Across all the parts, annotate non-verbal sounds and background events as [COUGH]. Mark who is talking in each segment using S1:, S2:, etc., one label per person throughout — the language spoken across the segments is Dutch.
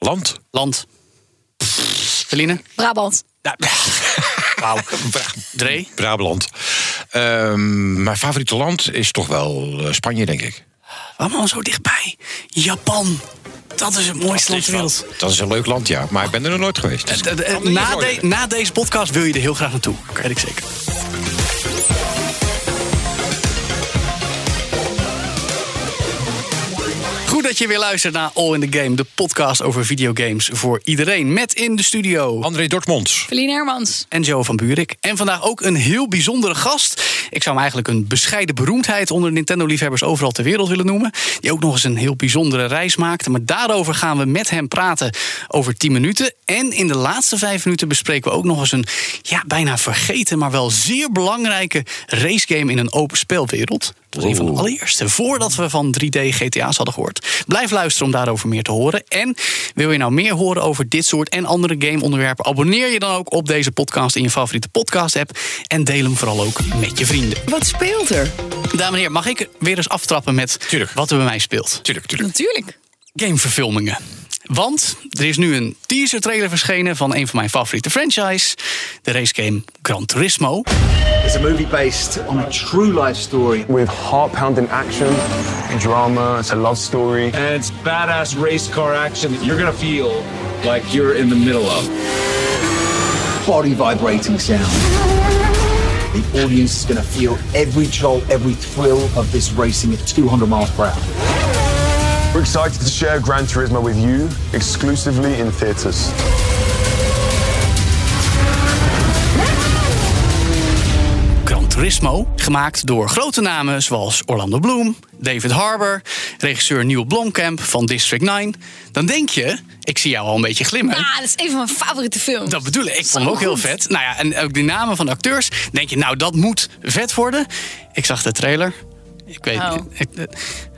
S1: Land.
S2: Land. Feline?
S3: Brabant.
S2: [LAUGHS] Wauw. Dree?
S1: Brabant. Ehm, mijn favoriete land is toch wel eh, Spanje, denk ik.
S2: Allemaal zo dichtbij. Japan. Dat is het mooiste land ter wereld.
S1: Dat is een leuk land, ja. Maar ik ben er nog nooit geweest.
S2: Eh, eh, eh, Na, de- na deze podcast wil je er heel graag naartoe. Dat weet ik zeker. Goed dat je weer luistert naar All in the Game, de podcast over videogames voor iedereen. Met in de studio
S1: André Dortmonds.
S3: Feline Hermans.
S2: en Joe van Buurik. En vandaag ook een heel bijzondere gast. Ik zou hem eigenlijk een bescheiden beroemdheid onder Nintendo-liefhebbers overal ter wereld willen noemen. Die ook nog eens een heel bijzondere reis maakte. Maar daarover gaan we met hem praten over 10 minuten. En in de laatste 5 minuten bespreken we ook nog eens een ja, bijna vergeten, maar wel zeer belangrijke racegame in een open speelwereld. Dat was een van de allereerste, voordat we van 3D GTA's hadden gehoord. Blijf luisteren om daarover meer te horen. En wil je nou meer horen over dit soort en andere gameonderwerpen... abonneer je dan ook op deze podcast in je favoriete podcast-app... en deel hem vooral ook met je vrienden.
S3: Wat speelt er?
S2: Dames en heren, mag ik weer eens aftrappen met
S1: Tuurlijk.
S2: wat er bij mij speelt?
S1: Tuurlijk, tuurlijk.
S3: Natuurlijk.
S2: Gameverfilmingen. Want er is nu een teaser trailer verschenen van een van mijn favoriete franchise... de racegame Gran Turismo.
S4: It's a movie based on a true life story with heart pounding action, drama, it's a love story. And it's badass race car action that you're gonna feel like you're in the middle of. Body vibrating sound. The audience is gonna feel every jolt, every thrill of this racing at 200 miles per hour. We're excited to share Gran Turismo with you exclusively in theaters.
S2: Gran Turismo, gemaakt door grote namen zoals Orlando Bloom, David Harbour, regisseur Neil Blomkamp van District 9. Dan denk je, ik zie jou al een beetje glimmen.
S3: Ah, dat is een van mijn favoriete films.
S2: Dat bedoel ik. Ik vond hem ook heel vet. Nou ja, en ook die namen van de acteurs. Denk je, nou, dat moet vet worden. Ik zag de trailer. Ik weet
S3: Oh.
S2: ik-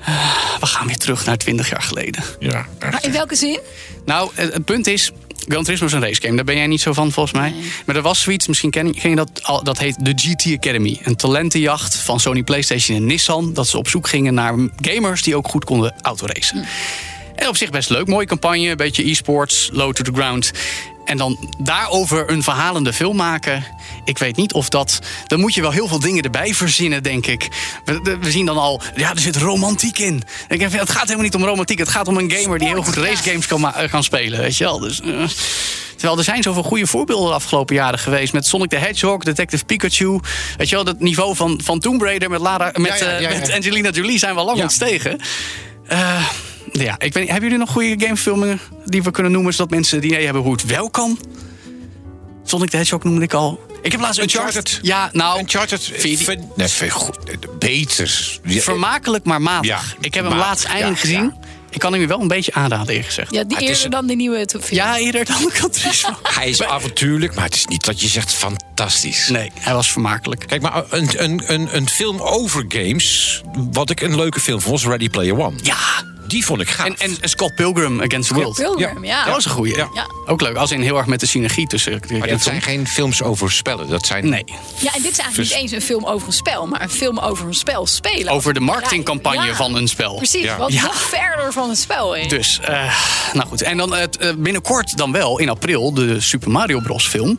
S2: eh, we gaan weer terug naar 20 jaar geleden.
S1: Ja.
S2: Ah,
S3: Maar in welke zin?
S2: Nou, eh, het punt is. Gran Turismo is een racegame. Daar ben jij niet zo van, volgens mij. Maar er was zoiets, misschien ken, ken je dat al. Dat heet de GT Academy. Een talentenjacht van Sony PlayStation en Nissan. Dat ze op zoek gingen naar gamers die ook goed konden autoracen. En op zich best leuk. Mooie campagne, een beetje e-sports, low to the ground. En dan daarover een verhalende film maken. Ik weet niet of dat. Dan moet je wel heel veel dingen erbij verzinnen, denk ik. We, de- we zien dan al. Ja, er zit romantiek in. Ik denk, het gaat helemaal niet om romantiek. Het gaat om een gamer die heel goed racegames kan, ma- eh, kan spelen. Weet je wel. Dus, eh. terwijl er zijn zoveel goede voorbeelden de afgelopen jaren geweest. Met Sonic the Hedgehog, Detective Pikachu. Weet je wel, dat niveau van, van Tomb Raider met, Lara, met,
S1: ja,
S2: eh,
S1: ja, ja.
S2: met Angelina Jolie zijn we al lang
S1: Ja.
S2: ons tegen. Eh, ja, ik weet, niet, hebben jullie nog goede gamefilmingen die we kunnen noemen... zodat mensen die idee hebben hoe het wel kan? Sonic the Hedgehog noemde ik al. Ik heb laatst
S1: Uncharted.
S2: Ja, nou...
S1: Uncharted.
S2: vind je die-
S1: vind- nee, vind ik goed. Eh, Beter. Ja,
S2: vermakelijk, maar matig.
S1: Ja,
S2: ik heb hem
S1: matig,
S2: laatst eindelijk
S1: ja,
S2: gezien. Ik kan hem je wel een beetje aanraden, eerlijk gezegd.
S3: Ja, die
S1: het is
S3: eerder
S1: een-
S3: dan die nieuwe to- film.
S2: Ja, eerder dan de Turismo.
S3: [LAUGHS]
S1: Hij is avontuurlijk, maar het is niet dat je zegt fantastisch.
S2: Nee, hij was vermakelijk.
S1: Kijk, maar een, een, een, een film over games, wat ik een leuke film vond, was Ready Player One.
S2: Ja,
S1: Die vond ik gaaf.
S2: en, en Scott Pilgrim Against the World.
S3: Pilgrim, ja.
S2: Dat was een goeie.
S1: Ja.
S3: Ja.
S2: Ook leuk, als in heel erg met de synergie tussen...
S1: maar dat zijn geen films over spellen. Dat zijn
S2: Nee.
S3: Ja, en dit is eigenlijk
S1: Dus-
S3: niet eens een film over een spel, maar een film over een spel spelen.
S2: Over de marketingcampagne
S3: Ja.
S2: van een spel.
S3: Precies,
S1: Ja.
S3: wat
S2: Ja.
S3: nog verder van het spel is.
S2: Dus, eh, nou goed. En dan het, eh, binnenkort dan wel, in april, de Super Mario Bros. film.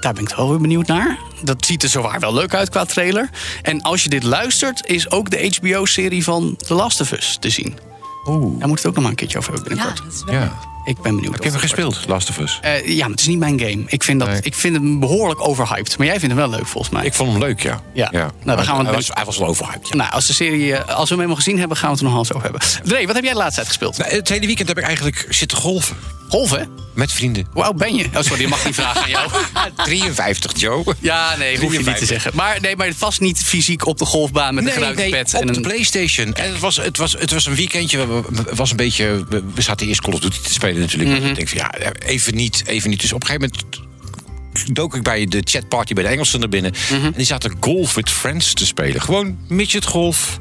S2: Daar ben ik toch wel weer benieuwd naar. Dat ziet er zowaar wel leuk uit qua trailer. En als je dit luistert, is ook de HBO-serie van The Last of Us te zien. Oeh. Daar moeten we het ook nog maar een keertje over hebben
S3: ja,
S2: binnenkort.
S3: dat is wel-
S1: Ja.
S2: Ik ben benieuwd.
S1: Ik heb
S2: of
S1: hem
S2: dat wordt.
S1: gespeeld, Last of Us.
S2: Eh, ja, maar het is niet mijn game. Ik vind, dat,
S1: Nee.
S2: ik vind hem behoorlijk overhyped. Maar jij vindt hem wel leuk, volgens mij.
S1: Ik vond hem leuk, ja.
S2: Ja. Nou, dan gaan we-
S1: hij, was, hij was al overhyped. ja.
S2: Nou, als, de serie, eh, als we hem helemaal gezien hebben, gaan we het er nog eens over hebben. Dre, wat heb jij de laatste tijd gespeeld?
S1: Nou, het hele weekend heb ik eigenlijk zitten golven.
S2: Golven?
S1: Met vrienden.
S2: Hoe oud ben je? Oh, sorry, je mag niet vragen aan jou.
S1: [LAUGHS] 53, Joe.
S2: Ja, nee, hoef je niet te
S1: 53.
S2: zeggen. Maar, nee, maar vast niet fysiek op de golfbaan met een
S1: Nee,
S2: geluidspad.
S1: nee,
S2: en
S1: op de
S2: een-
S1: PlayStation. En het was, het, was, het was een weekendje. we- we- Het was een beetje. We we zaten eerst Call of Duty te spelen natuurlijk.
S2: Mhm.
S1: Ik denk van ja, even niet, even niet. Dus op een gegeven moment dook ik bij de chatparty bij de Engelsen naar binnen.
S2: Mhm.
S1: En die zaten golf with friends te spelen. Gewoon midget golf.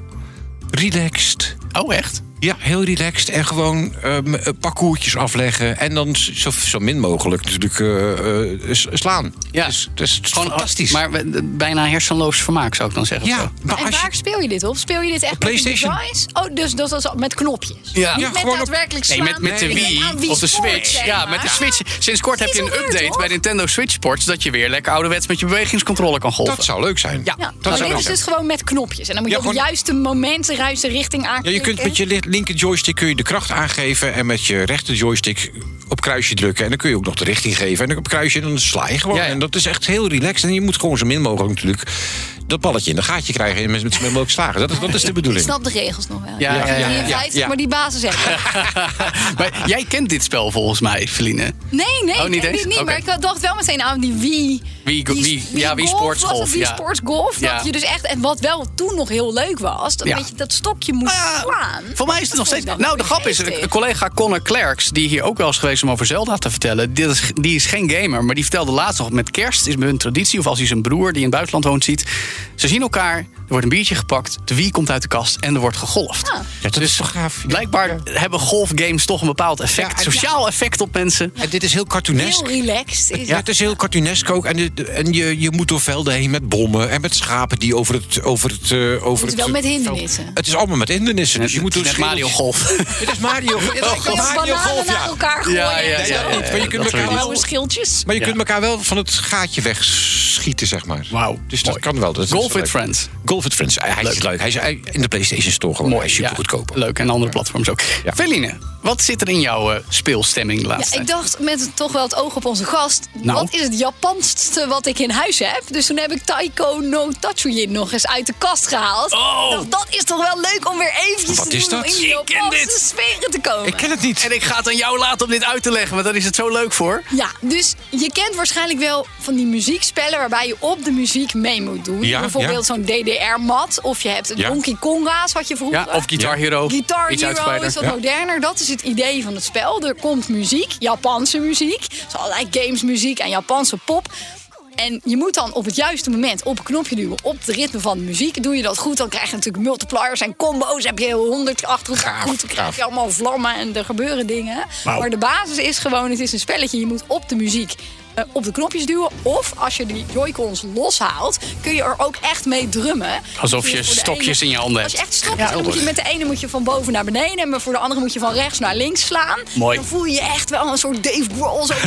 S1: Relaxed.
S2: Oh, echt?
S1: Ja, heel relaxed. En gewoon ehm eh, parcoursjes afleggen. En dan z- zo, zo min mogelijk natuurlijk eh, eh, s- slaan.
S2: Ja.
S1: Dus, dus het is
S2: Gewoon
S1: fantastisch.
S2: Maar we- de- bijna hersenloos vermaak, zou ik dan zeggen. of
S1: ja,
S2: zo.
S1: maar
S3: En
S1: als je,
S3: waar speel je dit op? Speel je dit echt met een
S1: PlayStation.
S3: device? Oh, dus dat is met knopjes.
S2: Ja.
S3: Niet
S2: Ja,
S3: met
S1: gewoon op-
S3: daadwerkelijk
S2: Nee,
S3: slaan.
S2: met, met de
S3: Ik denk aan
S2: Wii of de
S3: Sport,
S2: Switch.
S3: nou, zeg
S2: Ja,
S3: maar.
S2: met de Switch. Sinds kort heb
S3: Is
S2: je een
S3: wel weird,
S2: update
S3: hoor.
S2: bij Nintendo Switch Sports... dat je weer lekker ouderwets met je bewegingscontrole kan golven.
S1: dat zou leuk zijn.
S2: Ja.
S3: Ja.
S1: dat
S3: Oh,
S1: zou
S3: dit
S1: leuk
S3: is
S1: zijn.
S3: dus gewoon met knopjes. En dan moet
S1: Ja,
S3: je op de
S1: gewoon-
S3: juiste momenten, juiste richting
S1: Ja, je
S3: aanklikken.
S1: kunt met je li- linker joystick kun je de kracht aangeven. En met je rechter joystick op kruisje drukken. En dan kun je ook nog de richting geven. En dan op kruisje en dan sla je gewoon.
S2: Ja, ja.
S1: En dat is echt heel relaxed. En je moet gewoon zo min mogelijk natuurlijk dat balletje in een gaatje krijgen. En met met zo min mogelijk slagen. Dat is, dat is de
S3: Ik
S1: bedoeling.
S3: snap de regels nog wel.
S2: Ja, ja, ja, ja.
S3: 53,
S1: Ja.
S3: maar die basis hebben.
S2: [LAUGHS]
S3: we.
S2: [LAUGHS] maar jij kent dit spel volgens mij, Feline.
S3: Nee, nee,
S2: Oh,
S3: ik
S2: niet
S3: ken
S2: eens?
S3: dit niet. Maar
S2: Oké.
S3: ik dacht wel meteen aan die Wii.
S2: Wii go-
S3: die-
S2: Wii- ja, Wii
S3: golf
S2: Sports
S3: was het,
S2: golf,
S3: Wii
S2: ja.
S3: Sports golf. Dat
S2: Ja.
S3: je dus echt, en wat wel toen nog heel leuk was, dat,
S2: Ja.
S3: weet je, dat stokje moest
S2: Ah,
S3: slaan.
S2: Voor mij is het nog steeds.
S3: Dat
S2: Nou, de grap is,
S3: geestig.
S2: een collega Connor Clerks, die hier ook wel eens geweest om over Zelda te vertellen, die is, die is geen gamer, maar die vertelde laatst nog met kerst is bij hun traditie, of als hij zijn broer die in het buitenland woont ziet, ze zien elkaar, er wordt een biertje gepakt, de Wii komt uit de kast en er wordt gegolfd.
S3: Ah.
S1: Ja, dat is toch gaaf.
S2: Blijkbaar hebben golfgames toch een bepaald
S1: Ja,
S2: effect,
S1: en-
S2: sociaal effect op mensen.
S1: En dit is heel cartoonesk.
S3: Heel relaxed. Is
S1: Ja,
S3: ja.
S1: het is heel cartoonesk ook. En, de- de- en je, je moet door velden heen met bommen en met schapen die over het... Over het, eh, over
S3: Het
S1: het,
S3: is wel met hindernissen.
S1: Het is allemaal met hindernissen. Dus je moet door
S2: Net
S1: schil-
S2: Mario Golf.
S1: [LAUGHS] Het is Mario. Het is
S3: Kan je
S1: Mario
S3: bananen
S1: Golf,
S3: naar
S1: ja.
S3: elkaar gooien?
S2: Ja, ja,
S3: en zo.
S2: ja, ja, ja.
S1: Maar je kunt
S2: dat
S1: elkaar
S2: weet ik.
S1: wel...
S3: Blauwe schildjes.
S1: Maar je
S2: Ja.
S1: kunt elkaar wel van het gaatje wegschieten, zeg maar.
S2: Wauw,
S1: Dus dat
S2: mooi.
S1: kan wel. Dat is
S2: Golf
S1: wel
S2: with
S1: leuk.
S2: Friends.
S1: Golf with Friends. Hij is leuk. Hij is hij- in de PlayStation Store gewoon. Mooi, super
S2: ja.
S1: goedkoop.
S2: Leuk, en andere platforms ook.
S1: Ja.
S2: Feline, wat zit er in jouw eh, speelstemming de laatste
S3: Ja, ik
S2: tijd?
S3: dacht met toch wel het oog op onze gast.
S2: Nou.
S3: Wat is het Japanste wat ik in huis heb? Dus toen heb ik Taiko no Tatsujin nog eens uit de kast gehaald.
S2: Oh.
S3: Dacht, dat is toch wel leuk om weer eventjes
S1: Wat
S3: te
S1: is
S3: doen
S1: dat?
S3: om in die
S2: Ik ken dit.
S3: Japanse sferen te komen.
S1: Ik ken het niet.
S2: En ik ga het aan jou laten om dit uit te leggen, want daar is het zo leuk voor.
S3: Ja, dus je kent waarschijnlijk wel van die muziekspellen waarbij je op de muziek mee moet doen.
S1: Ja,
S3: Bijvoorbeeld
S1: ja.
S3: zo'n DDR-mat of je hebt het
S1: Ja.
S3: Donkey Konga's wat je vroeger...
S2: Ja, of Guitar Hero.
S3: Guitar
S2: iets
S3: Hero
S2: uitgebreider.
S3: is wat
S2: Ja.
S3: moderner. Dat is het idee van het spel. Er komt muziek, Japanse muziek. Dus allerlei gamesmuziek en Japanse pop. En je moet dan op het juiste moment op een knopje duwen op het ritme van de muziek. Doe je dat goed, dan krijg je natuurlijk multipliers en combo's. Heb je honderd achter elkaar goed. Dan krijg je allemaal vlammen en er gebeuren dingen.
S2: Nou.
S3: Maar de basis is gewoon, het is een spelletje. Je moet op de muziek eh, op de knopjes duwen. Of als je die Joy-Cons loshaalt, kun je er ook echt mee drummen.
S2: Alsof
S3: Dus
S2: je
S3: voor de
S2: stokjes in je handen
S3: Als je
S2: hebt.
S3: echt stokjes, dan moet je met de ene moet je van boven naar beneden... en voor de andere moet je van rechts naar links slaan.
S2: Mooi.
S3: Dan voel je je echt wel een soort Dave Grohl. Zo,
S2: [LAUGHS]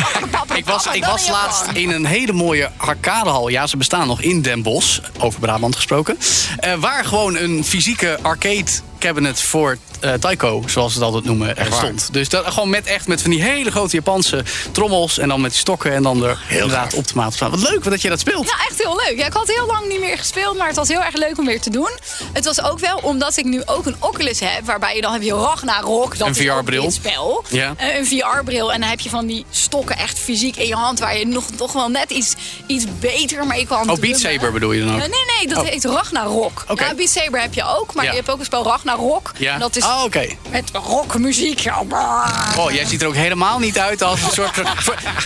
S2: Ik was,
S3: Oh,
S2: ik was laatst in een hele mooie arcadehal. Ja, ze bestaan nog in Den Bosch, over Brabant gesproken. Eh, waar gewoon een fysieke arcade cabinet voor eh Taiko, zoals ze het altijd noemen, er stond. Dus dat, gewoon met echt met van die hele grote Japanse trommels... en dan met stokken en dan er inderdaad op de maat slaan. Wat leuk dat je dat speelt.
S3: Ja, echt heel leuk. Ja, ik had heel lang niet meer gespeeld, maar het was heel erg leuk om weer te doen. Het was ook wel omdat ik nu ook een Oculus heb, waarbij je dan heb je Ragnarok, dat
S2: Een
S3: is ook
S2: VR-bril.
S3: dit spel.
S2: Ja.
S3: Eh, Een VR-bril en dan heb je van die stokken echt fysiek in je hand, waar je nog toch wel net iets, iets beter mee kan
S2: Oh, Beat
S3: drummen.
S2: Saber bedoel je dan ook?
S3: Eh, nee, nee, dat
S2: Oh.
S3: heet Ragnarok.
S2: Oké.
S3: Ja, Beat Saber heb je ook, maar
S2: Ja.
S3: je hebt ook een spel Ragnarok.
S2: Ja.
S3: En Dat is
S2: Ah, oké.
S3: met rockmuziek. Ja, brrr.
S2: Oh, jij ziet er ook helemaal niet uit als een soort. [LAUGHS]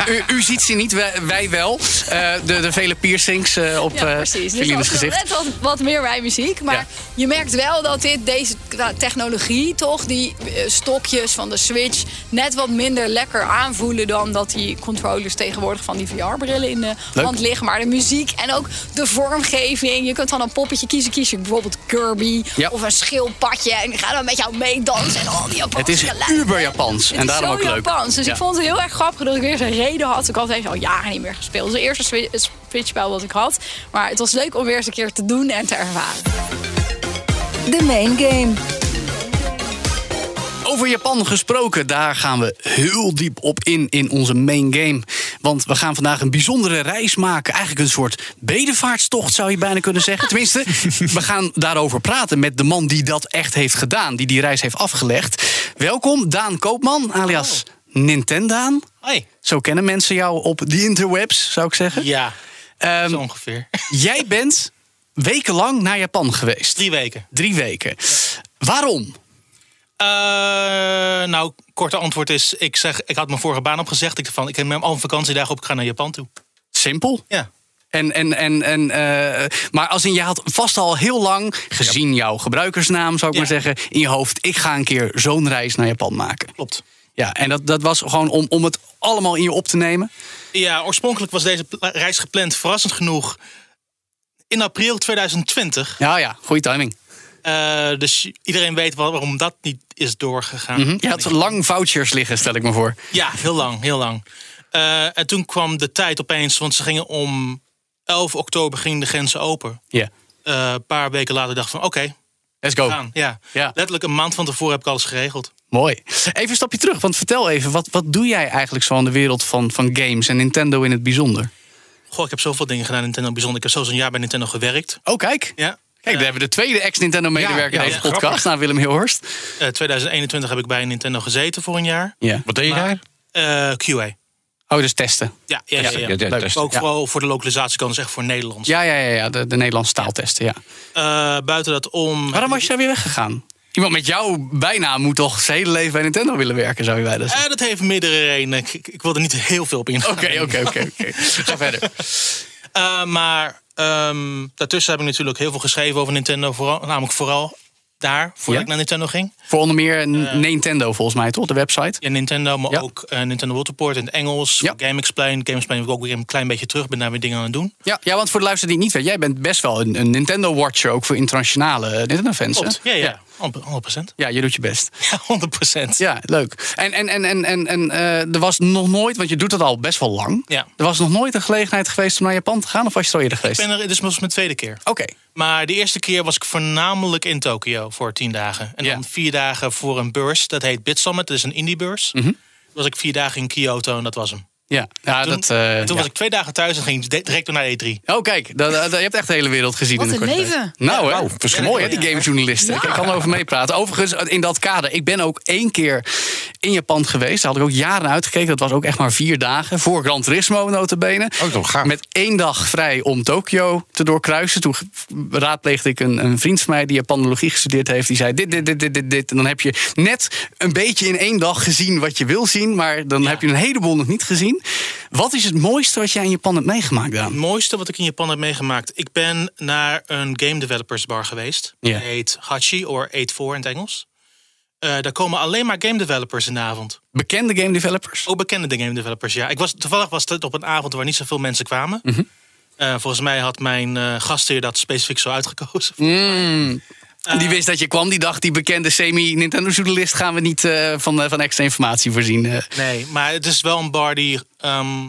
S2: u, u ziet ze niet, wij, wij wel. Eh, de, de vele piercings eh, op
S3: Ja,
S2: eh,
S3: precies. Dus
S2: Felines
S3: dat is
S2: gezicht.
S3: net wat, wat meer bij muziek. Maar
S2: Ja.
S3: je merkt wel dat dit, deze qua technologie toch, die eh, stokjes van de Switch... net wat minder lekker aanvoelen dan dat die controllers tegenwoordig... van die VR-brillen in de
S2: Leuk.
S3: hand liggen. Maar de muziek en ook de vormgeving. Je kunt dan een poppetje kiezen. Kies je bijvoorbeeld Kirby
S2: Ja.
S3: of een schildpadje. En die gaat dan met jou meedansen. En al die Japanse
S2: Het is
S3: geluiden.
S2: uber Japans en
S3: Het
S2: daarom ook
S3: is zo
S2: leuk.
S3: Japans. Dus
S2: Ja.
S3: ik vond het heel erg grappig dat ik weer zo'n reden had. Ik had even al jaren niet meer gespeeld. Het was het eerste Switch-spel wat ik had. Maar het was leuk om weer eens een keer te doen en te ervaren.
S5: De main game.
S2: Over Japan gesproken, daar gaan we heel diep op in in onze main game. Want we gaan vandaag een bijzondere reis maken. Eigenlijk een soort bedevaartstocht zou je bijna kunnen zeggen.
S3: [LAUGHS]
S2: Tenminste, we gaan daarover praten met de man die dat echt heeft gedaan. Die die reis heeft afgelegd. Welkom, Daan Koopman, alias Nintendaan.
S6: Hoi.
S2: Zo kennen mensen jou op de interwebs, zou ik zeggen.
S6: Ja,
S2: Ehm,
S6: zo ongeveer.
S2: jij bent wekenlang naar Japan geweest.
S6: Drie weken.
S2: Drie weken. Waarom?
S6: Eh, nou, korte antwoord is, ik, zeg, ik had mijn vorige baan opgezegd. Ik dacht van, ik neem al een vakantiedag op, ik ga naar Japan toe.
S2: Simpel.
S6: Ja.
S2: En, en, en, en, eh, maar als in, je had vast al heel lang, gezien jouw gebruikersnaam, zou ik
S6: Ja.
S2: maar zeggen, in je hoofd: ik ga een keer zo'n reis naar Japan maken.
S6: Klopt.
S2: Ja, en dat, dat was gewoon om, om het allemaal in je op te nemen.
S6: Ja, oorspronkelijk was deze pla- reis gepland, verrassend genoeg, in april 2020.
S2: Ja, ja, goede timing.
S6: Eh, dus iedereen weet wel waarom dat niet is doorgegaan.
S2: Mhm. Je had lang vouchers liggen, stel ik me voor.
S6: Ja, heel lang, heel lang. Eh, en toen kwam de tijd opeens, want ze gingen om 11 oktober gingen de grenzen open.
S2: Ja,
S6: Eh, een paar weken later dacht ik van, oké,
S2: let's go.
S6: gaan. Ja.
S2: Ja.
S6: Letterlijk een maand van tevoren heb ik alles geregeld.
S2: Mooi. Even een stapje terug, want vertel even, wat, wat doe jij eigenlijk zo aan de wereld van, van games en Nintendo in het bijzonder?
S6: Goh, ik heb zoveel dingen gedaan in Nintendo bijzonder. Ik heb zelfs een jaar bij Nintendo gewerkt.
S2: Oh, kijk.
S6: Ja.
S2: Kijk,
S6: Eh,
S2: daar hebben we de tweede ex-Nintendo-medewerker
S1: Ja,
S2: in
S1: ja,
S2: deze
S6: ja,
S2: podcast, na Willem Hilhorst.
S6: eh, 2021 heb ik bij Nintendo gezeten voor een jaar.
S2: Ja.
S1: Wat deed je daar?
S6: Eh, QA.
S2: Oh, dus testen.
S6: Ja, ja, ja, ja.
S1: Ja, ja,
S2: Leuk.
S1: dat is-
S6: Ook
S2: Ja.
S6: vooral voor de localisatiekant, dus echt voor Nederlands.
S2: Ja, ja, ja, ja de, de Nederlandse taaltesten, ja.
S6: Eh, buiten dat om...
S2: Waarom was je daar weer weggegaan? Iemand met jouw bijnaam moet toch zijn hele leven bij Nintendo willen werken, zou je bijna zeggen.
S6: Eh, dat heeft meerdere redenen. Ik, ik, ik wil er niet heel veel op ingaan.
S2: Oké, oké, oké.
S6: [LAUGHS]
S2: oké. Ga verder.
S6: Eh, maar ehm, daartussen heb ik natuurlijk heel veel geschreven over Nintendo. Vooral, namelijk vooral daar, voordat
S2: Ja?
S6: ik nou- naar Nintendo ging.
S2: Voor onder meer Nintendo, volgens mij, toch? De website.
S6: Ja, Nintendo, maar
S2: Ja.
S6: ook eh, Nintendo World Report in het Engels.
S2: Ja.
S6: Game Explain. Game Explain heb ik ook weer een klein beetje terug. Ben daar weer dingen aan het doen.
S2: Ja, ja, want voor de luisteraar die het niet weet, jij bent best wel een, een Nintendo-watcher, ook voor internationale eh, Nintendo-fans. hè?
S6: Klopt. Ja, ja. 100%.
S2: [LAUGHS] Ja, je doet je best.
S6: Ja, 100%.
S2: Ja, leuk. En, en, en, en, en, en eh, er was nog nooit, want je doet dat al best wel lang.
S6: Ja.
S2: Er was nog nooit een gelegenheid geweest om naar Japan te gaan, of was je er al eerder
S6: Ik
S2: geweest?
S6: ben er, dit is misschien mijn tweede keer.
S2: Oké.
S6: Maar de eerste keer was ik voornamelijk in Tokio voor tien dagen. En
S2: Ja.
S6: dan vier dagen voor een beurs. Dat heet Bit Summit. Dat is een indiebeurs. Was ik vier dagen in Kyoto en dat was hem.
S2: Ja, ja
S6: Toen,
S2: dat. eh,
S6: toen
S2: ja.
S6: was ik twee dagen thuis en ging ik di- direct door naar E E3.
S2: Oh, kijk, dat, dat- je hebt echt de hele wereld gezien.
S3: Wat
S2: in de
S3: een
S2: korte
S3: leven.
S2: tijd. Nou, hè?
S1: wauw, verschrikkelijk.
S2: mooi, hè, die gamejournalisten. Ik kan erover meepraten. Overigens, in dat kader, ik ben ook één keer in Japan geweest. Daar had ik ook jaren uitgekeken. Dat was ook echt maar vier dagen. Voor Gran Turismo, notabene.
S1: Oh, toch gaaf.
S2: Met één dag vrij om Tokio te doorkruisen. Toen raadpleegde ik een, een vriend van mij die Japanologie gestudeerd heeft. Die zei dit, dit, dit, dit, dit, dit. En dan heb je net een beetje in één dag gezien wat je wil zien. Maar dan heb je een heleboel nog niet gezien. Wat is het mooiste wat jij in Japan hebt meegemaakt, Daan?
S6: Het mooiste wat ik in Japan heb meegemaakt. Ik ben naar een game developers bar geweest.
S2: Ja.
S6: Die heet Hachi, of 8-4 in het Engels. Eh, daar komen alleen maar game developers in de avond.
S2: Bekende game developers?
S6: Ook bekende game developers, ja. Ik was, toevallig was dit op een avond waar niet zoveel mensen kwamen. Eh, volgens mij had mijn eh gastheer dat specifiek zo uitgekozen. eh,
S2: die wist dat je kwam die dag. Die bekende semi-Nintendo-journalist gaan we niet eh, van, eh, van extra informatie voorzien. eh.
S6: Nee, maar het is wel een bar die ehm,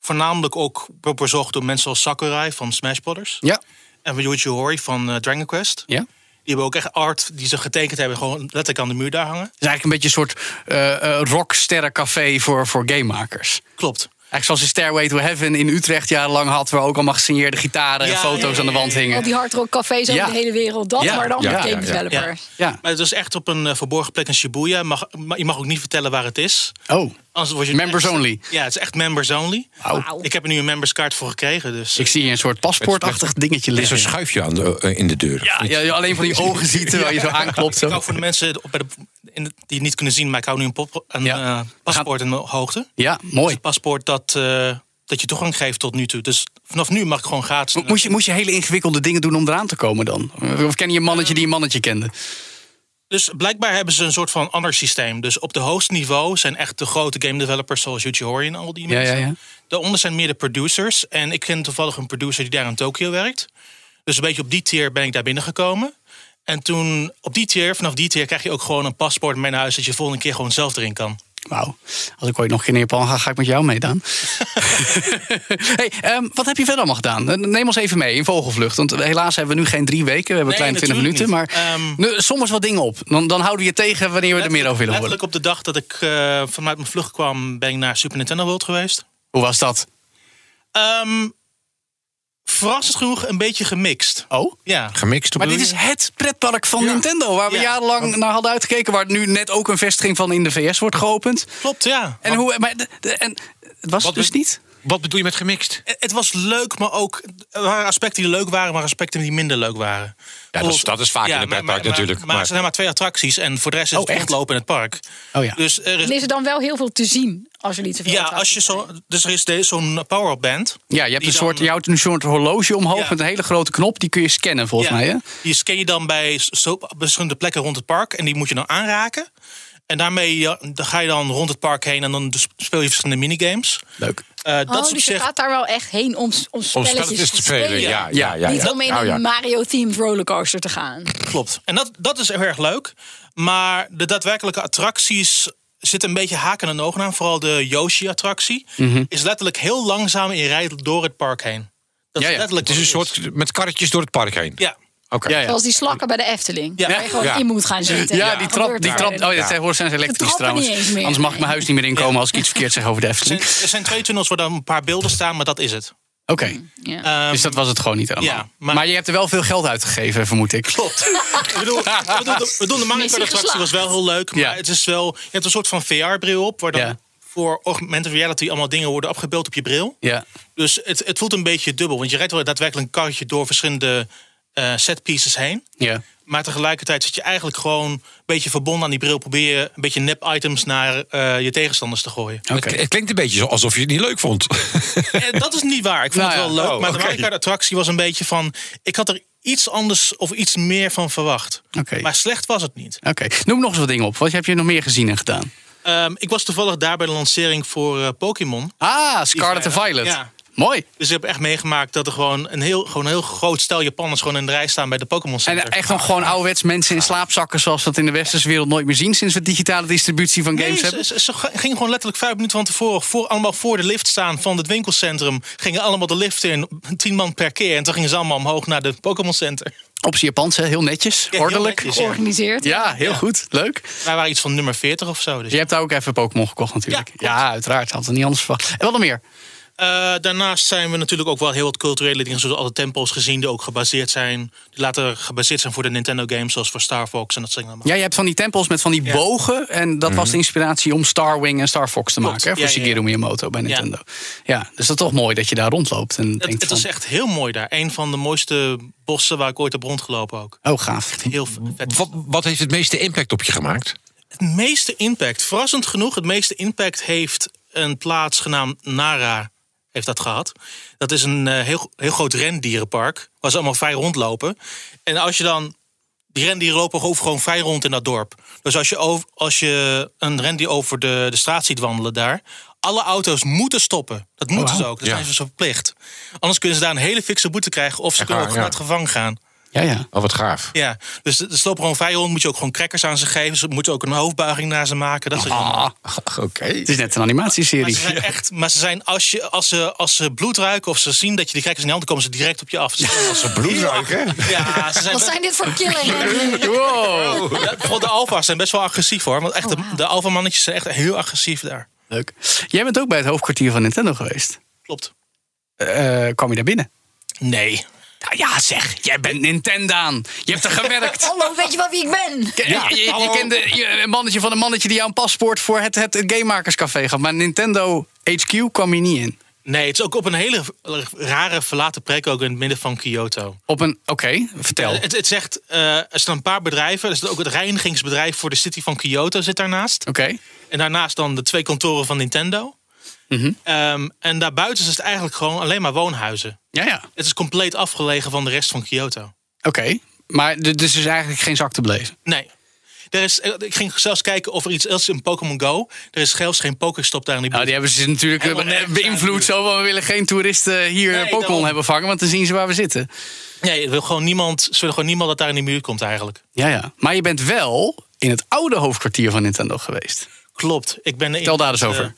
S6: voornamelijk ook wordt bezocht door mensen als Sakurai van Smash Brothers.
S2: Ja.
S6: En van Yuichi Horii van eh, Dragon Quest.
S2: ja.
S6: Die hebben ook echt art die ze getekend hebben. Gewoon letterlijk aan de muur daar hangen.
S2: Het is eigenlijk een beetje een soort eh, eh, rocksterrencafé voor, voor gamemakers.
S6: Klopt.
S2: Eigenlijk zoals de Stairway to Heaven in Utrecht jarenlang had... waar ook allemaal gesigneerde gitaren en
S6: Ja,
S2: foto's
S6: ja, ja,
S2: aan de wand hingen.
S3: Al die hardrockcafés over
S2: Ja.
S3: de hele wereld. Dat,
S2: Ja,
S3: maar dan
S2: ja,
S3: met
S2: ja,
S3: game
S1: ja.
S3: developers.
S2: Ja.
S6: Maar het is echt op een eh, verborgen plek in Shibuya. Mag, maar je mag ook niet vertellen waar het is.
S2: Oh,
S6: Anders word je
S2: Members
S6: echt-
S2: only.
S6: Ja, het is echt members only.
S3: Wauw.
S6: Ik heb er nu een memberskaart voor gekregen. Dus
S2: ik zie hier een soort paspoortachtig dingetje
S1: Er is een
S2: liggen.
S1: schuifje aan de, eh, in de deur.
S2: Ja, ja, je alleen van die ogen ziet terwijl je zo aanklopt.
S6: Ik
S2: Zo.
S6: hou voor de mensen op- bij de- in de- die het niet kunnen zien, maar ik hou nu een, pop- een
S2: Ja.
S6: eh, paspoort in de hoogte.
S2: Ja,
S6: Dus
S2: mooi.
S6: een paspoort dat, eh, dat je toegang geeft tot nu toe. Dus vanaf nu mag ik gewoon gratis.
S2: Mo- Moest je, moest je hele ingewikkelde dingen doen om eraan te komen dan? Of ken je een mannetje die een mannetje kende?
S6: Dus blijkbaar hebben ze een soort van ander systeem. Dus op de hoogste niveau zijn echt de grote game developers zoals Yuji Horii en al die
S2: Ja,
S6: mensen.
S2: ja, ja.
S6: Daaronder zijn meer de producers. En ik ken toevallig een producer die daar in Tokio werkt. Dus een beetje op die tier ben ik daar binnengekomen. En toen op die tier, vanaf die tier krijg je ook gewoon een paspoort mee naar huis... dat je volgende keer gewoon zelf erin kan.
S2: Wauw. Als ik ooit nog een keer naar Japan ga, ga ik met jou mee, [LAUGHS] Daan. hey, ehm, wat heb je verder allemaal gedaan? Eh, Neem ons even mee in vogelvlucht. Want helaas hebben we nu geen drie weken. We hebben
S6: Nee,
S2: klein 20 minuten.
S6: natuurlijk
S2: Maar
S6: niet.
S2: nu, soms wat dingen op. Dan, dan houden we je tegen wanneer we er meer over willen horen.
S6: Letterlijk op de dag dat ik eh, vanuit mijn vlucht kwam... ben ik naar Super Nintendo World geweest.
S2: Hoe was dat?
S6: Ehm, verrassend genoeg een beetje gemixt.
S2: Oh?
S6: Ja.
S1: Gemixt
S2: Maar dit is het pretpark van Nintendo, waar we
S6: Ja.
S2: jarenlang naar hadden uitgekeken. Waar nu net ook een vestiging van in de VS wordt geopend.
S6: Klopt, ja.
S2: En, hoe, maar, de- de- en het was het dus
S1: be-
S2: niet.
S1: Wat bedoel je met gemixt?
S6: Eh, Het was leuk, maar ook... Er waren aspecten die leuk waren, maar aspecten die minder leuk waren.
S1: Ja, dat is, dat is vaak in een
S6: maar-
S1: pretpark
S6: maar-
S1: natuurlijk.
S6: Maar, maar er zijn maar twee attracties en voor de rest is
S2: Oh,
S6: het
S2: echt?
S6: rondlopen in het park.
S2: Oh ja.
S6: Dus er
S3: En
S6: is,
S3: is er dan wel heel veel te zien als er niet zoveel
S6: ja, als
S3: attracties
S6: je zo, dus er is deze- zo'n power-up band.
S2: Ja, je hebt,
S6: Die
S2: een soort,
S6: dan-
S2: je houdt een soort horloge omhoog
S6: Ja.
S2: met een hele grote knop. Die kun je scannen volgens
S6: Ja.
S2: mij. Hè?
S6: Die scan je dan bij zo, op verschillende plekken rond het park en die moet je dan aanraken. En daarmee ja, dan ga je dan rond het park heen en dan dus speel je verschillende minigames.
S2: Leuk.
S6: Eh,
S3: zijn?
S6: dat
S3: Oh,
S6: is op
S3: dus je
S6: zich.
S3: gaat daar wel echt heen om, om
S1: Om
S3: spelletjes
S1: spelletjes te spelen, ja. ja, ja,
S3: Niet
S1: ja.
S3: om in
S1: Nou ja.
S3: een Mario-themed rollercoaster te gaan.
S6: Klopt. En dat, dat is heel erg leuk. Maar de daadwerkelijke attracties zitten een beetje haken en ogen aan. Vooral de Yoshi-attractie is letterlijk heel langzaam in rij door het park heen. Dat
S2: Ja, ja.
S6: is letterlijk
S1: Het is een
S6: wat het
S1: soort met karretjes door het park heen.
S6: Ja.
S1: Oké.
S2: Ja, ja.
S3: Zoals die slakken bij de Efteling.
S6: Ja.
S3: Waar je gewoon
S1: Ja.
S3: in moet gaan zitten.
S2: Ja, die
S3: Dat
S2: trap.
S3: gebeurt
S2: Die
S3: daar.
S2: trap oh ja, tegenwoordig zijn ze elektrisch
S3: trappen niet
S2: trouwens.
S3: eens meer.
S2: Anders mag ik mijn huis niet meer inkomen als ik iets verkeerd zeg over de
S6: Er zijn,
S2: Efteling.
S6: er zijn twee tunnels waar dan een paar beelden staan, maar dat is het.
S2: Oké,
S3: Ja.
S6: Ehm,
S2: dus dat was het gewoon niet allemaal.
S6: ja,
S2: maar...
S6: maar-
S2: je hebt er wel veel geld uitgegeven, vermoed ik.
S6: Klopt. [LAUGHS] ik bedoel, ik bedoel, de- ik bedoel, de Mario
S3: Missie
S6: Kart attractie was wel heel leuk. Maar
S2: Ja.
S6: het is wel, je hebt een soort van VR-bril op. Waar dan
S2: Ja.
S6: voor augmented reality allemaal dingen worden afgebeeld op je bril.
S2: Ja.
S6: Dus het, het voelt een beetje dubbel. Want je rijdt wel daadwerkelijk een karretje door verschillende eh setpieces heen.
S2: ja.
S6: Maar tegelijkertijd zit je eigenlijk gewoon een beetje verbonden aan die bril. Probeer je een beetje nep-items naar eh, je tegenstanders te gooien.
S2: Oké.
S1: Het klinkt een beetje zo alsof je het niet leuk vond.
S6: Eh, dat is niet waar. Ik vond
S2: Nou
S6: het
S2: ja.
S6: wel leuk.
S1: Oh,
S6: maar
S1: oké.
S6: de Mario Kart attractie was een beetje van... Ik had er iets anders of iets meer van verwacht.
S2: Oké.
S6: Maar slecht was het niet.
S2: Oké, noem nog eens wat dingen op. Wat heb je nog meer gezien en gedaan?
S6: Ehm, ik was toevallig daar bij de lancering voor eh, Pokémon.
S2: Ah, Scarlet en
S6: Die vrijdag.
S2: Violet.
S6: Ja.
S2: Mooi.
S6: Dus ik heb echt meegemaakt dat er gewoon een heel, gewoon een heel groot stel Japanners gewoon in de rij staan bij de Pokémon
S2: En
S6: Center.
S2: echt nog gewoon ouderwets mensen in slaapzakken... zoals we dat in de westerse wereld nooit meer zien... sinds we digitale distributie van
S6: Nee,
S2: games
S6: ze,
S2: hebben.
S6: ze, ze gingen gewoon letterlijk vijf minuten van tevoren voor, allemaal voor de lift staan van het winkelcentrum. Gingen allemaal de lift in, tien man per keer. En toen gingen ze allemaal omhoog naar de Pokémon Center.
S2: Op zijn Japans, hè, heel netjes,
S6: heel
S2: ordelijk.
S6: netjes, ja.
S3: Georganiseerd.
S2: Ja, heel
S6: Ja.
S2: goed. Leuk.
S6: Wij waren iets van nummer 40 of zo. Dus.
S2: Je hebt daar ook even Pokémon gekocht natuurlijk.
S6: Ja,
S2: Ja,
S6: klopt.
S2: uiteraard. Had het niet anders verwacht. En wat nog meer?
S6: Eh, daarnaast zijn we natuurlijk ook wel heel wat culturele dingen, zoals alle tempels gezien, die ook gebaseerd zijn. Die later gebaseerd zijn voor de Nintendo games, zoals voor Star Fox en dat soort dingen. allemaal.
S2: Ja, je hebt van die tempels met van die bogen. En dat
S1: Mhm.
S2: was de inspiratie om Starwing en Star Fox te maken. Hè, voor
S6: Ja, ja, ja.
S2: Shigeru Miyamoto bij Nintendo. Ja. dus dat is toch mooi dat je daar rondloopt. En
S6: Het,
S2: denkt
S6: het
S2: van,
S6: is echt heel mooi daar. Een van de mooiste bossen waar ik ooit heb rondgelopen ook.
S2: oh gaaf.
S6: Heel vet.
S1: [LAUGHS] wat, wat heeft het meeste impact op je gemaakt?
S6: Het meeste impact, verrassend genoeg, het meeste impact heeft een plaats genaamd Nara heeft dat gehad. Dat is een eh, heel, heel groot rendierenpark, waar ze allemaal vrij rondlopen. En als je dan, die rendieren lopen over gewoon vrij rond in dat dorp. Dus als je, over, als je een rendier over de, de straat ziet wandelen daar, alle auto's moeten stoppen. Dat moeten ze ook, dat
S1: Oh, Ja.
S6: zijn ze zo verplicht. Anders kunnen ze daar een hele fikse boete krijgen of ze
S1: Echt
S6: kunnen ook
S1: waar,
S6: naar
S1: ja.
S6: het gevangen gaan.
S2: Ja, ja.
S1: Oh, wat gaaf.
S6: Ja, dus de lopen gewoon vrij rond. Moet je ook gewoon crackers aan ze geven. Ze moeten ook een hoofdbuiging naar ze maken. Dat soort dingen.
S2: Ah,
S1: Oké.
S2: het is net een
S6: Maar
S2: animatieserie.
S6: ze zijn echt, maar ze zijn als, je, als, ze, als ze bloed ruiken of ze zien dat je die crackers in je handen komen ze direct op je af. als ze
S1: bloed ruiken?
S6: Ja, ze zijn
S3: Wat
S6: best-
S3: zijn dit voor killing?
S2: [LAUGHS] Wow.
S6: ja, bijvoorbeeld de alfa's zijn best wel agressief hoor. Want echt, de, de alfamannetjes zijn echt heel agressief daar.
S2: Leuk. Jij bent ook bij het hoofdkwartier van Nintendo geweest.
S6: Klopt.
S2: Eh, kwam je daar binnen?
S6: Nee.
S2: Nou ja, zeg. Jij bent Nintendaan. Je hebt er
S6: [LAUGHS]
S2: gewerkt.
S3: Hallo, weet je wel wie ik ben?
S2: Ken- je, je- je kende je- een mannetje van een mannetje die jou een paspoort voor het, het Gamemakerscafé gaf. Maar Nintendo HQ kwam hier niet in.
S6: Nee, het is ook op een hele rare verlaten plek ook in het midden van Kyoto.
S2: Op een. Oké, vertel.
S6: Het, het zegt, eh, er staan een paar bedrijven. Er zit ook het reinigingsbedrijf voor de city van Kyoto zit daarnaast.
S2: Oké.
S6: En daarnaast dan de twee kantoren van Nintendo. Ehm, en daarbuiten is het eigenlijk gewoon alleen maar woonhuizen.
S2: Ja, ja.
S6: Het is compleet afgelegen van de rest van Kyoto.
S2: Oké. Maar d- dus er is eigenlijk geen zak te beleven.
S6: Nee. Er is, eh, ik ging zelfs kijken of er iets else in Pokémon Go. Er is zelfs geen Pokéstop daar in die
S2: Nou,
S6: buurt.
S2: die hebben ze natuurlijk
S6: Helemaal
S2: eh,
S6: nergens
S2: beïnvloed. Zo, want we willen geen toeristen hier
S6: Nee,
S2: Pokémon
S6: daarom.
S2: hebben vangen, want dan zien ze waar we zitten.
S6: Nee, er wil gewoon niemand, ze willen gewoon niemand dat daar in die buurt komt eigenlijk.
S2: Ja, ja. Maar je bent wel in het oude hoofdkwartier van Nintendo geweest.
S6: Klopt. Ik ben in
S2: Vertel daar eens
S6: het,
S2: over.
S6: eh,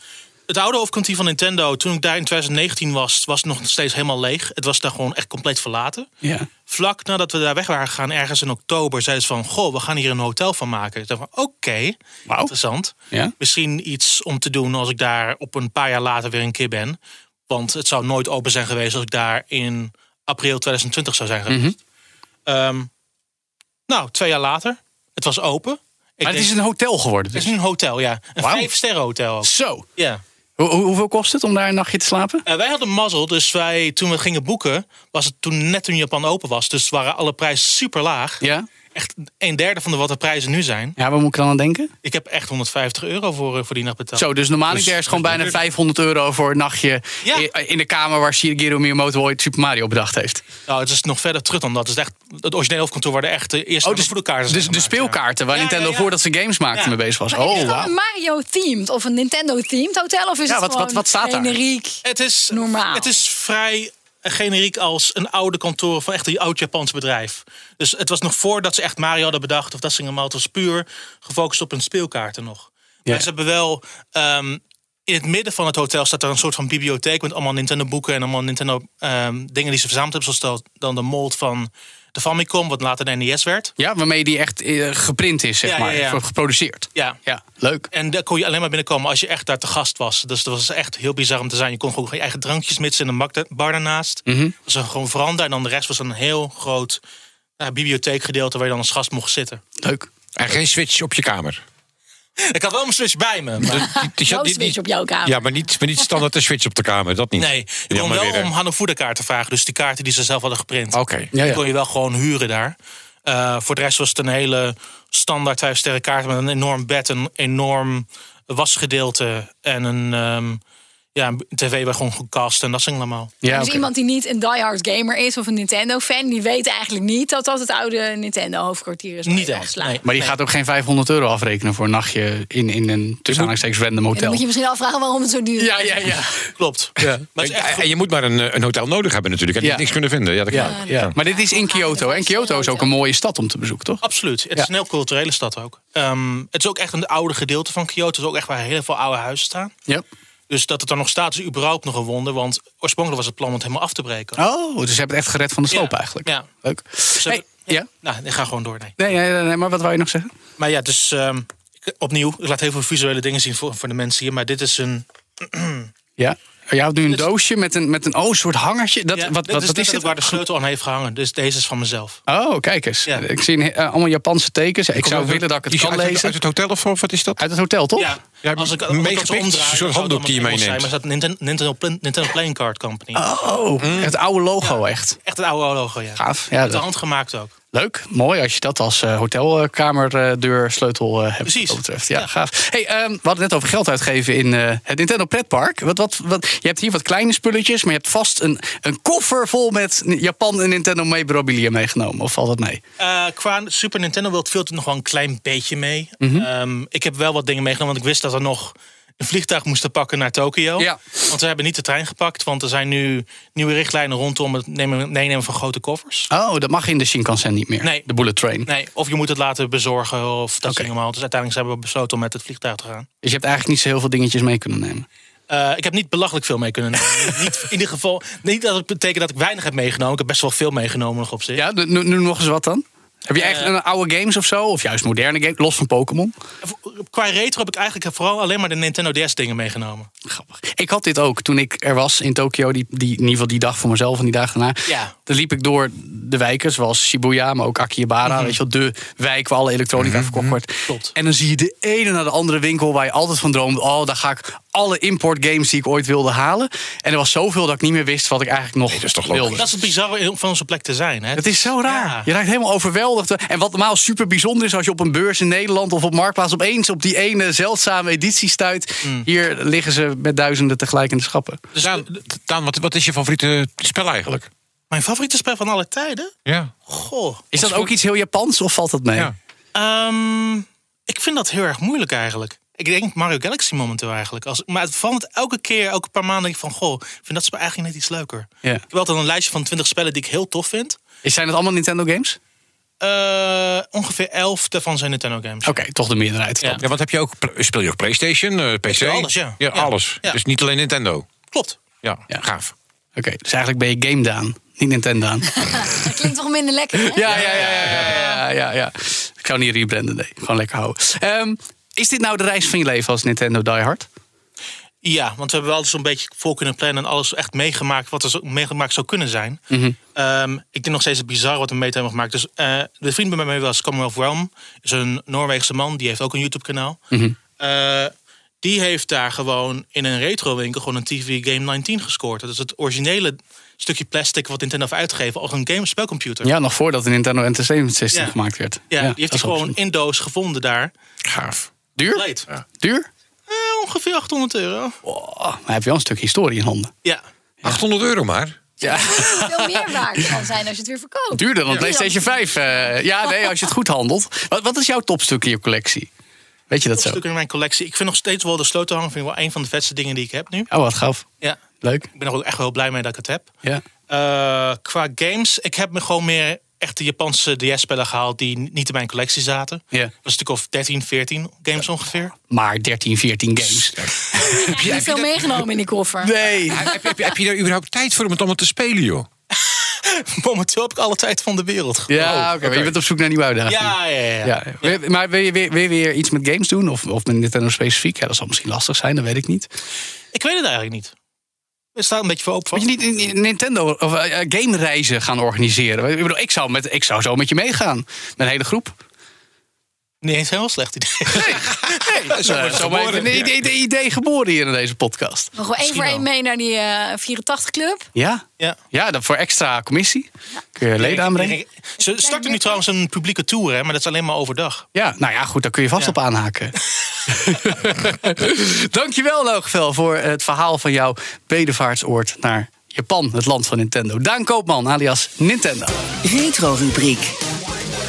S6: het oude hoofdkantier van Nintendo, toen ik daar in 2019 was, was het nog steeds helemaal leeg. Het was daar gewoon echt compleet verlaten.
S2: Ja.
S6: vlak nadat we daar weg waren gegaan, ergens in oktober, zeiden ze van: Goh, we gaan hier een hotel van maken. Ik dacht van: Oké,
S2: Wauw.
S6: interessant.
S2: Ja.
S6: Misschien iets om te doen als ik daar op een paar jaar later weer een keer ben. Want het zou nooit open zijn geweest als ik daar in april 2020 zou zijn geweest. Ehm, nou, twee jaar later. Het was open. Ik
S2: Maar het
S6: denk-
S2: is een hotel geworden.
S6: Het is
S2: Dus.
S6: nu een hotel, ja. Een
S2: Wauw.
S6: vijf sterren hotel. ook.
S2: Zo.
S6: Ja.
S2: Hoe- hoe- hoeveel kost het om daar een nachtje te slapen?
S6: Eh, wij hadden mazzel, dus wij, toen we gingen boeken, was het toen net toen Japan open was. Dus waren alle prijzen super laag.
S2: Ja.
S6: Echt een derde van de, wat de prijzen nu zijn.
S2: Ja, waar moet ik dan aan denken?
S6: Ik heb echt 150 euro voor, eh, voor die nacht betaald.
S2: Zo, dus normaal is is gewoon bijna 500 euro voor een nachtje
S6: Ja.
S2: i- in de kamer waar Shigeru Miyamoto ooit Super Mario bedacht heeft. Oh,
S6: Nou, het is nog verder terug dan dat. Het, is echt, het originele hoofdkantoor waar de echte eerste oh,
S2: dus-
S6: voedelkaarten
S2: Dus de speelkaarten waar
S6: Ja, ja,
S2: Nintendo
S6: ja.
S2: voordat ze games maakten
S6: Ja.
S2: mee bezig was.
S3: Maar is
S2: Oh,
S3: het dan een
S2: wauw.
S3: Mario-themed of een Nintendo-themed hotel? Of is
S2: Ja,
S3: het
S2: wat- wat-
S3: gewoon
S2: wat staat daar?
S3: generiek?
S6: Het is,
S3: Normaal.
S6: het is vrij generiek als een oude kantoor van echt een oud Japans bedrijf. Dus het was nog voordat ze echt Mario hadden bedacht of dat ze helemaal het was puur gefocust op hun speelkaarten nog. Maar ze hebben wel ehm, in het midden van het hotel staat er een soort van bibliotheek met allemaal Nintendo boeken en allemaal Nintendo ehm, dingen die ze verzameld hebben, zoals dat- dan de mold van de Famicom, wat later de NES werd.
S2: Ja, waarmee die echt eh, geprint is, zeg
S6: Ja, ja,
S2: maar.
S6: ja.
S2: Ge- Geproduceerd.
S6: Ja.
S2: Ja, leuk.
S6: En daar kon je alleen maar binnenkomen als je echt daar te gast was. Dus dat was echt heel bizar om te zijn. Je kon gewoon je eigen drankjes mitsen in een bak- bar daarnaast.
S2: Mhm.
S6: was een gewoon veranda en dan de rest was een heel groot eh, bibliotheekgedeelte waar je dan als gast mocht zitten.
S2: Leuk.
S1: En geen switch op je kamer.
S6: Ik had wel mijn switch bij me. maar-
S1: Die- die-
S3: Jouw
S1: die- die-
S3: switch op jouw kamer.
S1: Ja, maar niet, maar niet standaard een switch op de kamer. Dat niet.
S6: nee, je kon
S1: Jammer
S6: wel
S1: weer, eh, hè.
S6: om Hanafuda kaarten vragen. Dus die kaarten die ze zelf hadden geprint.
S1: Oké.
S2: Ja,
S6: Die
S2: ja.
S6: kon je wel gewoon huren daar. Eh, voor de rest was het een hele standaard vijf sterren kaart met een enorm bed, een enorm wasgedeelte en een, ehm, ja, een tv waar gewoon goed kast en dat zing allemaal.
S2: ja
S3: dus
S2: oké.
S3: iemand die niet een diehard gamer is of een Nintendo-fan... die weet eigenlijk niet dat dat het oude Nintendo-hoofdkwartier is. waar
S6: Niet
S3: je
S6: echt,
S3: geslagen
S6: nee.
S2: Maar die gaat ook geen 500 euro afrekenen voor een nachtje in, in een tussen aanhalingstekens random
S3: En dan
S2: hotel.
S3: moet je misschien afvragen waarom het zo duur is.
S2: Ja, ja, ja.
S6: Klopt. Maar het is echt
S1: En je moet maar een, eh, een hotel nodig hebben natuurlijk. En
S2: Ja.
S1: niet niks kunnen vinden. Ja, dat kan.
S2: ja, ja. Maar dit is in Kyoto. En Kyoto is ook een mooie stad om te bezoeken, toch?
S6: Absoluut. Het
S2: Ja.
S6: is een heel culturele stad ook. Ehm, het is ook echt een oude gedeelte van Kyoto. Het is ook echt waar heel veel oude huizen staan.
S2: Ja.
S6: Dus dat het er nog staat is überhaupt nog een wonder. Want oorspronkelijk was het plan om het helemaal af te breken.
S2: Oh, dus ze hebben het echt gered van de sloop
S6: Ja,
S2: eigenlijk.
S6: ja.
S2: Leuk.
S6: Ze
S2: Hey,
S6: hebben-
S2: ja?
S6: Nou, ik ga gewoon door. Nee.
S2: Nee, nee, nee, nee, maar wat wou je nog zeggen?
S6: Maar ja, dus ehm, ik- opnieuw. Ik laat heel veel visuele dingen zien voor, voor de mensen hier. Maar dit is een...
S2: Ja. Je houdt nu een doosje met een, met een oh, soort hangertje. Dat,
S6: Dus- Ja,
S2: wat,
S6: dit
S2: wat,
S6: is,
S2: wat is
S6: dit?
S2: dit?
S6: waar de sleutel aan heeft gehangen. Dus deze is van mezelf.
S2: Oh, kijk eens.
S6: Ja.
S2: Ik zie een- eh, allemaal Japanse tekens. Ik zou willen dat ik het
S1: Die is
S2: kan
S1: uit het-
S2: lezen.
S1: Uit het hotel of of wat is dat?
S2: Uit het hotel, toch?
S6: Ja,
S1: hebt meegepikt,
S6: dat zo omdraaien,
S1: een
S6: zou
S1: soort
S6: het
S1: handdoek
S6: allemaal
S1: die je
S6: Engels zijn,
S1: meeneemt.
S6: Maar staat Nintendo, Nintendo, Plan- Nintendo Playing Card Company.
S2: Oh, het oude logo echt.
S6: Echt het oude logo, Ah. ja.
S2: Gaaf. Ja,
S6: Met de
S2: dat-
S6: hand gemaakt ook.
S2: Leuk, mooi als je dat als eh, hotelkamer eh, hotelkamerdeursleutel hebt.
S6: Precies.
S2: Wat dat betreft. Ja,
S6: Ja.
S2: gaaf. Hey, ehm, we hadden het net over geld uitgeven in eh, het Nintendo Pretpark. Wat, wat, wat, je hebt hier wat kleine spulletjes, maar je hebt vast een, een koffer vol met Japan en Nintendo meebrabilier meegenomen. Of valt dat mee?
S6: Eh, qua Super Nintendo wil het veel te nog wel een klein beetje mee. Ehm, ik heb wel wat dingen meegenomen, want ik wist dat we nog een vliegtuig moesten pakken naar Tokio.
S2: Ja.
S6: Want we hebben niet de trein gepakt, want er zijn nu nieuwe richtlijnen rondom het nemen, meenemen van grote koffers.
S2: Oh, dat mag in de Shinkansen niet meer.
S6: Nee.
S2: De bullet train.
S6: Nee, of je moet het laten bezorgen of dat
S2: Oké.
S6: soort dingen. Dus uiteindelijk hebben we besloten om met het vliegtuig te gaan.
S2: Dus je hebt eigenlijk niet zo heel veel dingetjes mee kunnen nemen.
S6: Eh, ik heb niet belachelijk veel mee kunnen nemen. niet, in ieder geval, niet dat het betekent dat ik weinig heb meegenomen. Ik heb best wel veel meegenomen nog op zich.
S2: Ja, nu, nu- nu nog eens wat dan? Heb je echt
S6: Eh.
S2: een oude games of zo? Of juist moderne games, los van Pokémon?
S6: Qua retro heb ik eigenlijk vooral alleen maar de Nintendo DS dingen meegenomen.
S2: Grappig. Ik had dit ook toen ik er was in Tokio, die, die, in ieder geval die dag voor mezelf en die dagen daarna.
S6: Ja.
S2: Dan liep ik door de wijken, zoals Shibuya, maar ook Akihabara. Weet je wel, de wijk waar alle elektronica
S1: Mhm,
S2: verkocht wordt.
S6: Mhm. Klopt.
S2: En dan zie je de ene naar de andere winkel waar je altijd van droomde. Oh, daar ga ik alle import games die ik ooit wilde halen. En er was zoveel dat ik niet meer wist wat ik eigenlijk nog
S1: dat is toch
S2: wilde.
S1: logisch?
S6: Dat is het bizarre om van onze plek te zijn. Hè?
S2: Het is zo raar.
S6: Ja.
S2: Je raakt helemaal overweldigd. En wat normaal super bijzonder is als je op een beurs in Nederland of op Marktplaats opeens op die ene zeldzame editie stuit. Hier liggen ze met duizenden tegelijk in de schappen.
S6: Dus
S1: Daan,
S6: de- de-
S1: Daan, wat, wat is je favoriete spel eigenlijk?
S6: mijn favoriete spel van alle tijden?
S1: Ja.
S6: Goh.
S2: Is dat ook iets heel Japans of valt dat mee?
S1: Ja.
S6: Ehm, ik vind dat heel erg moeilijk eigenlijk. Ik denk Mario Galaxy momenteel eigenlijk. Als, maar het verandert elke keer, elke paar maanden denk ik van... Goh, ik vind dat spel eigenlijk net iets leuker.
S2: Ja.
S6: Ik heb altijd een lijstje van 20 spellen die ik heel tof vind.
S2: Is- Zijn het allemaal Nintendo games?
S6: Eh, ongeveer 11 daarvan zijn Nintendo games.
S2: Oké, toch de meerderheid. dan.
S6: Ja.
S1: Ja, want heb je ook, pl- speel je ook PlayStation, eh, PC?
S6: alles, ja. Ja.
S1: alles.
S6: Ja.
S1: Dus niet alleen Nintendo.
S6: Klopt.
S1: Ja,
S2: Ja.
S1: gaaf.
S2: Oké, dus eigenlijk ben je Game Daan, niet Nintendo Daan.
S3: Dat klinkt toch minder lekker, hè?
S2: [LAUGHS] ja, ja, ja, ja, ja, ja, ja, ja. Ik zou niet rebranden, nee. Gewoon lekker houden. Ehm, is dit nou de reis van je leven als Nintendo Die Hard?
S6: Ja, want we hebben wel zo'n beetje voor kunnen plannen en alles echt meegemaakt wat er zo- meegemaakt zou kunnen zijn. Ehm, ik denk nog steeds het bizar wat we mee te hebben gemaakt. Dus eh, de vriend bij mij was Commonwealth Realm, is een Noorweegse man, die heeft ook een YouTube-kanaal.
S2: Mhm.
S6: Eh, die heeft daar gewoon in een retrowinkel gewoon een TV Game 19 gescoord. Dat is dus het originele stukje plastic wat Nintendo heeft uitgegeven als een game spelcomputer.
S2: Ja, nog voordat de Nintendo Entertainment System
S6: Ja.
S2: gemaakt werd.
S6: Ja, die
S2: dat
S6: heeft
S2: is
S6: hij gewoon
S2: absoluut.
S6: in doos gevonden daar.
S2: Gaaf. Duur?
S6: Leed.
S2: Duur?
S6: Eh, ongeveer 800 euro.
S2: Oh, maar heb je wel een stuk historie in handen.
S6: Ja.
S1: 800 euro maar.
S2: Ja. [LAUGHS]
S3: Veel meer waard kan zijn als je het weer verkoopt.
S2: Duurder dan
S3: Ja.
S2: PlayStation 5. eh, ja, nee, als je het goed handelt. Wat, wat is jouw topstuk in je collectie? Weet je dat zo?
S6: stuk in mijn collectie. Ik vind nog steeds wel de sleutelhanger vind ik wel een van de vetste dingen die ik heb nu.
S2: Oh, wat gaaf.
S6: Ja.
S2: Leuk.
S6: Ik ben er ook echt wel blij mee dat ik het heb.
S2: Ja.
S6: Eh, qua games, ik heb me gewoon meer echte Japanse DS-spellen gehaald die niet in mijn collectie zaten.
S2: Ja.
S6: Dat was een stuk of 13, 14 games ongeveer. [LAUGHS]
S2: Maar 13, 14 games.
S3: Heb je niet veel meegenomen in die koffer?
S2: Nee.
S6: Oh,
S1: Heb, heb, heb, heb je daar überhaupt tijd voor om het allemaal te spelen, joh?
S6: Momenteel heb ik alle tijd van de wereld.
S2: Ja, oké. maar je bent op zoek naar nieuwe uitdagingen.
S6: Ja, ja, ja. ja.
S2: Ja, wil- maar wil je weer, wil je weer iets met games doen? Of, of met Nintendo specifiek? Ja, dat zal misschien lastig zijn, dat weet ik niet.
S6: Ik weet het eigenlijk niet. Er staat een beetje voor open
S2: Moet
S6: van.
S2: je niet in- in Nintendo of eh, eh, gamereizen gaan organiseren? Ik, bedoel, ik, zou met, ik zou zo met je meegaan. Met een hele groep.
S6: Nee, het is een heel slecht idee. [LAUGHS]
S2: Nee, zo
S1: wordt het
S2: maar
S1: geboren.
S2: even een idee, idee- idee geboren hier in deze podcast.
S3: Nog wel één voor één mee naar die eh 84-club.
S2: Ja?
S6: Ja.
S2: Ja, dan voor extra commissie. Kun je leden aanbrengen?
S6: Ze starten nu trouwens een publieke tour, hè, maar dat is alleen maar overdag.
S2: Ja, nou ja, goed, daar kun je vast
S6: Ja.
S2: op [LAUGHS] aanhaken. Dankjewel, Loogvel, voor het verhaal van jouw bedevaartsoord naar Japan, het land van Nintendo. Daan Koopman, alias Nintendo.
S5: Retro-rubriek.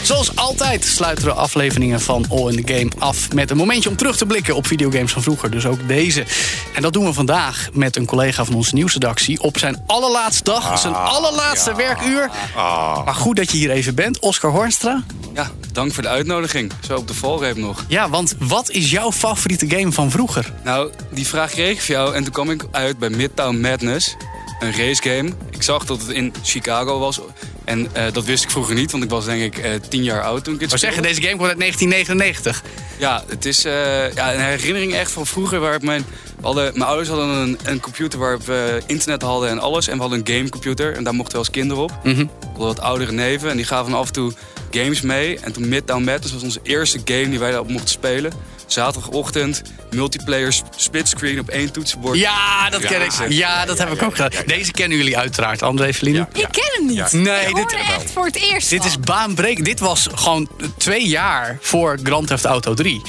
S2: Zoals altijd sluiten we de afleveringen van All in the Game af met een momentje om terug te blikken op videogames van vroeger. Dus ook deze. En dat doen we vandaag met een collega van onze nieuwsredactie op zijn allerlaatste dag, zijn allerlaatste werkuur. Maar goed dat je hier even bent, Oscar Hornstra.
S7: Ja, dank voor de uitnodiging. Zo op de valreep nog.
S2: Ja, want wat is jouw favoriete game van vroeger?
S7: Nou, die vraag kreeg ik van jou en toen kwam ik uit bij Midtown Madness. Een racegame. Ik zag dat het in Chicago was. En eh, dat wist ik vroeger niet, want ik was denk ik eh, tien jaar oud toen ik het
S2: Maar zeggen,
S7: speelde.
S2: deze game komt uit 1999.
S7: Ja, het is eh, ja, een herinnering echt van vroeger waar ik mijn... we Hadden, mijn ouders hadden een, een computer waar we internet hadden en alles. En we hadden een gamecomputer en daar mochten we als kinderen op. We hadden wat oudere neven en die gaven dan af en toe games mee. En toen Midtown Madness was onze eerste game die wij daarop mochten spelen. Zaterdagochtend, multiplayer, sp- splitscreen op één toetsenbord.
S2: Ja, dat ken ik. Ja, dat heb ik ook gedaan. Deze kennen jullie uiteraard, André Verlien.
S3: Ik ken hem niet.
S2: Nee,
S3: ik
S2: dit-
S3: hoorde echt voor het eerst
S2: Dit
S3: van.
S2: is baanbrekend. Dit was gewoon twee jaar voor Grand Theft Auto 3.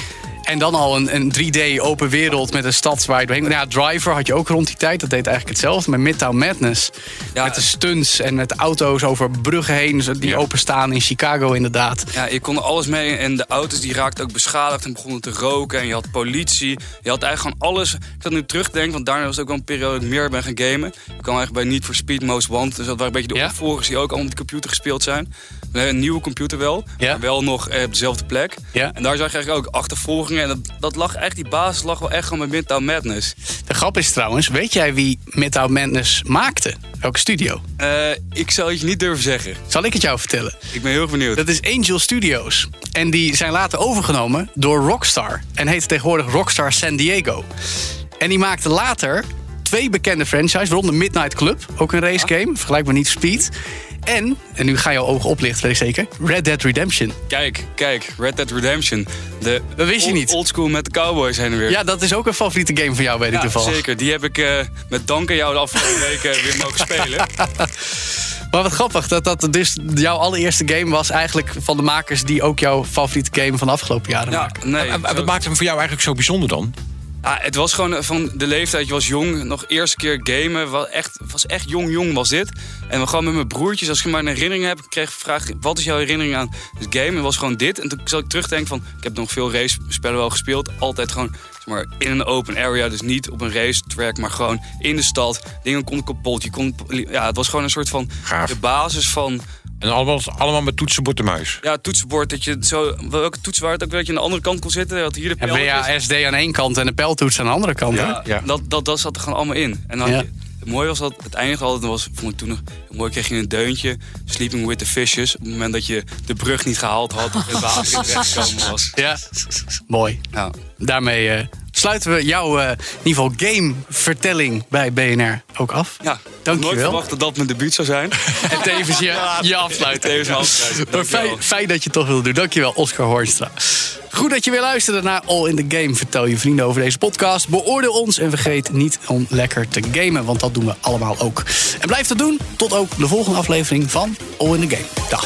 S2: En dan al een, een 3D open wereld met een stad waar je doorheen... Nou ja, Driver had je ook rond die tijd. Dat deed eigenlijk hetzelfde. Maar Midtown Madness.
S7: Ja.
S2: met de stunts en met auto's over bruggen heen. zo- Die openstaan in Chicago inderdaad.
S7: Ja, je kon er alles mee en de auto's die raakten ook beschadigd en begonnen te roken. En je had politie, je had eigenlijk gewoon alles. Ik zat nu terug te denken, want daarna was het ook wel een periode dat ik meer ben gaan gamen. Ik kwam eigenlijk bij Need for Speed Most Want. Dus dat waren een beetje de
S2: Ja.
S7: opvolgers die ook allemaal op de computer gespeeld zijn. Nee, Een nieuwe computer wel,
S2: Ja.
S7: maar wel nog eh, op dezelfde plek.
S2: Ja.
S7: En daar zag je eigenlijk ook achtervolgingen. En dat, dat lag echt, die basis lag wel echt gewoon bij Midtown Madness.
S2: De grap is trouwens, weet jij wie Midtown Madness maakte? Welke studio?
S7: Eh, ik zou het je niet durven zeggen.
S2: Zal ik het jou vertellen?
S7: Ik ben heel erg benieuwd.
S2: Dat is Angel Studios. En die zijn later overgenomen door Rockstar. En heet tegenwoordig Rockstar San Diego. En die maakte later twee bekende franchises, waaronder Midnight Club, ook een racegame, vergelijkbaar niet Speed. En, en nu ga je ogen oplichten, weet ik zeker, Red Dead Redemption.
S7: Kijk, kijk, Red Dead Redemption. De
S2: Dat wist je
S7: old-
S2: niet.
S7: Oldschool met de cowboys zijn er weer.
S2: Ja, dat is ook een favoriete game van jou, weet ik
S7: Ja,
S2: toevallig.
S7: zeker. Die heb ik eh, met dank aan jou de afgelopen [LAUGHS] weken weer mogen spelen.
S2: Maar wat grappig, dat dat dus jouw allereerste game was eigenlijk van de makers die ook jouw favoriete game van de afgelopen jaren
S7: Ja,
S2: maken.
S7: nee.
S1: En- en
S7: zo-
S1: wat maakt hem voor jou eigenlijk zo bijzonder dan?
S7: Ja, het was gewoon eh, van de leeftijd. Je was jong, nog eerste keer gamen. Was echt, was echt jong, jong was dit. En we gewoon met mijn broertjes, als ik maar een herinnering heb, ik kreeg gevraagd: wat is jouw herinnering aan het game? En het was gewoon dit. En toen zat ik terugdenken van: ik heb nog veel race spellen wel gespeeld. Altijd gewoon zeg maar, in een open area. Dus niet op een racetrack, maar gewoon in de stad. Dingen konden kapot. Je kon, ja, het was gewoon een soort van
S1: Gaaf.
S7: de basis van
S1: En allemaal, allemaal met toetsenbord en muis.
S7: Ja, het toetsenbord. Dat je zo, welke toets waar het ook, dat je aan de andere kant kon zitten. Dat hier de
S2: En
S7: pijltjes.
S2: WASD aan één kant en de pijltoets aan de andere kant. hè?
S7: Ja,
S1: Ja.
S7: Dat, dat, dat zat er gewoon allemaal in. En dan had
S2: Ja.
S7: je- het mooie was dat het eindigde altijd, dat was, vond ik toen nog heel mooi, kreeg je een deuntje. Sleeping with the Fishes. Op het moment dat je de brug niet gehaald had, of het water in terechtgekomen was.
S2: Ja, mooi.
S7: Ja.
S2: Daarmee eh, sluiten we jouw eh, in ieder geval game-vertelling bij BNR ook af.
S7: Ja,
S2: dankjewel.
S7: Nooit verwacht dat dat mijn debuut zou zijn.
S2: En tevens je, je afsluiten.
S7: Tevens mijn afsluiten,
S2: Maar
S7: dankjewel.
S2: fijn, fijn dat je het toch wil doen. Dankjewel, Oscar Hornstra. Goed dat je weer luisterde naar All in the Game. Vertel je vrienden over deze podcast. Beoordeel ons en vergeet niet om lekker te gamen. Want dat doen we allemaal ook. En blijf dat doen tot ook de volgende aflevering van All in the Game. Dag.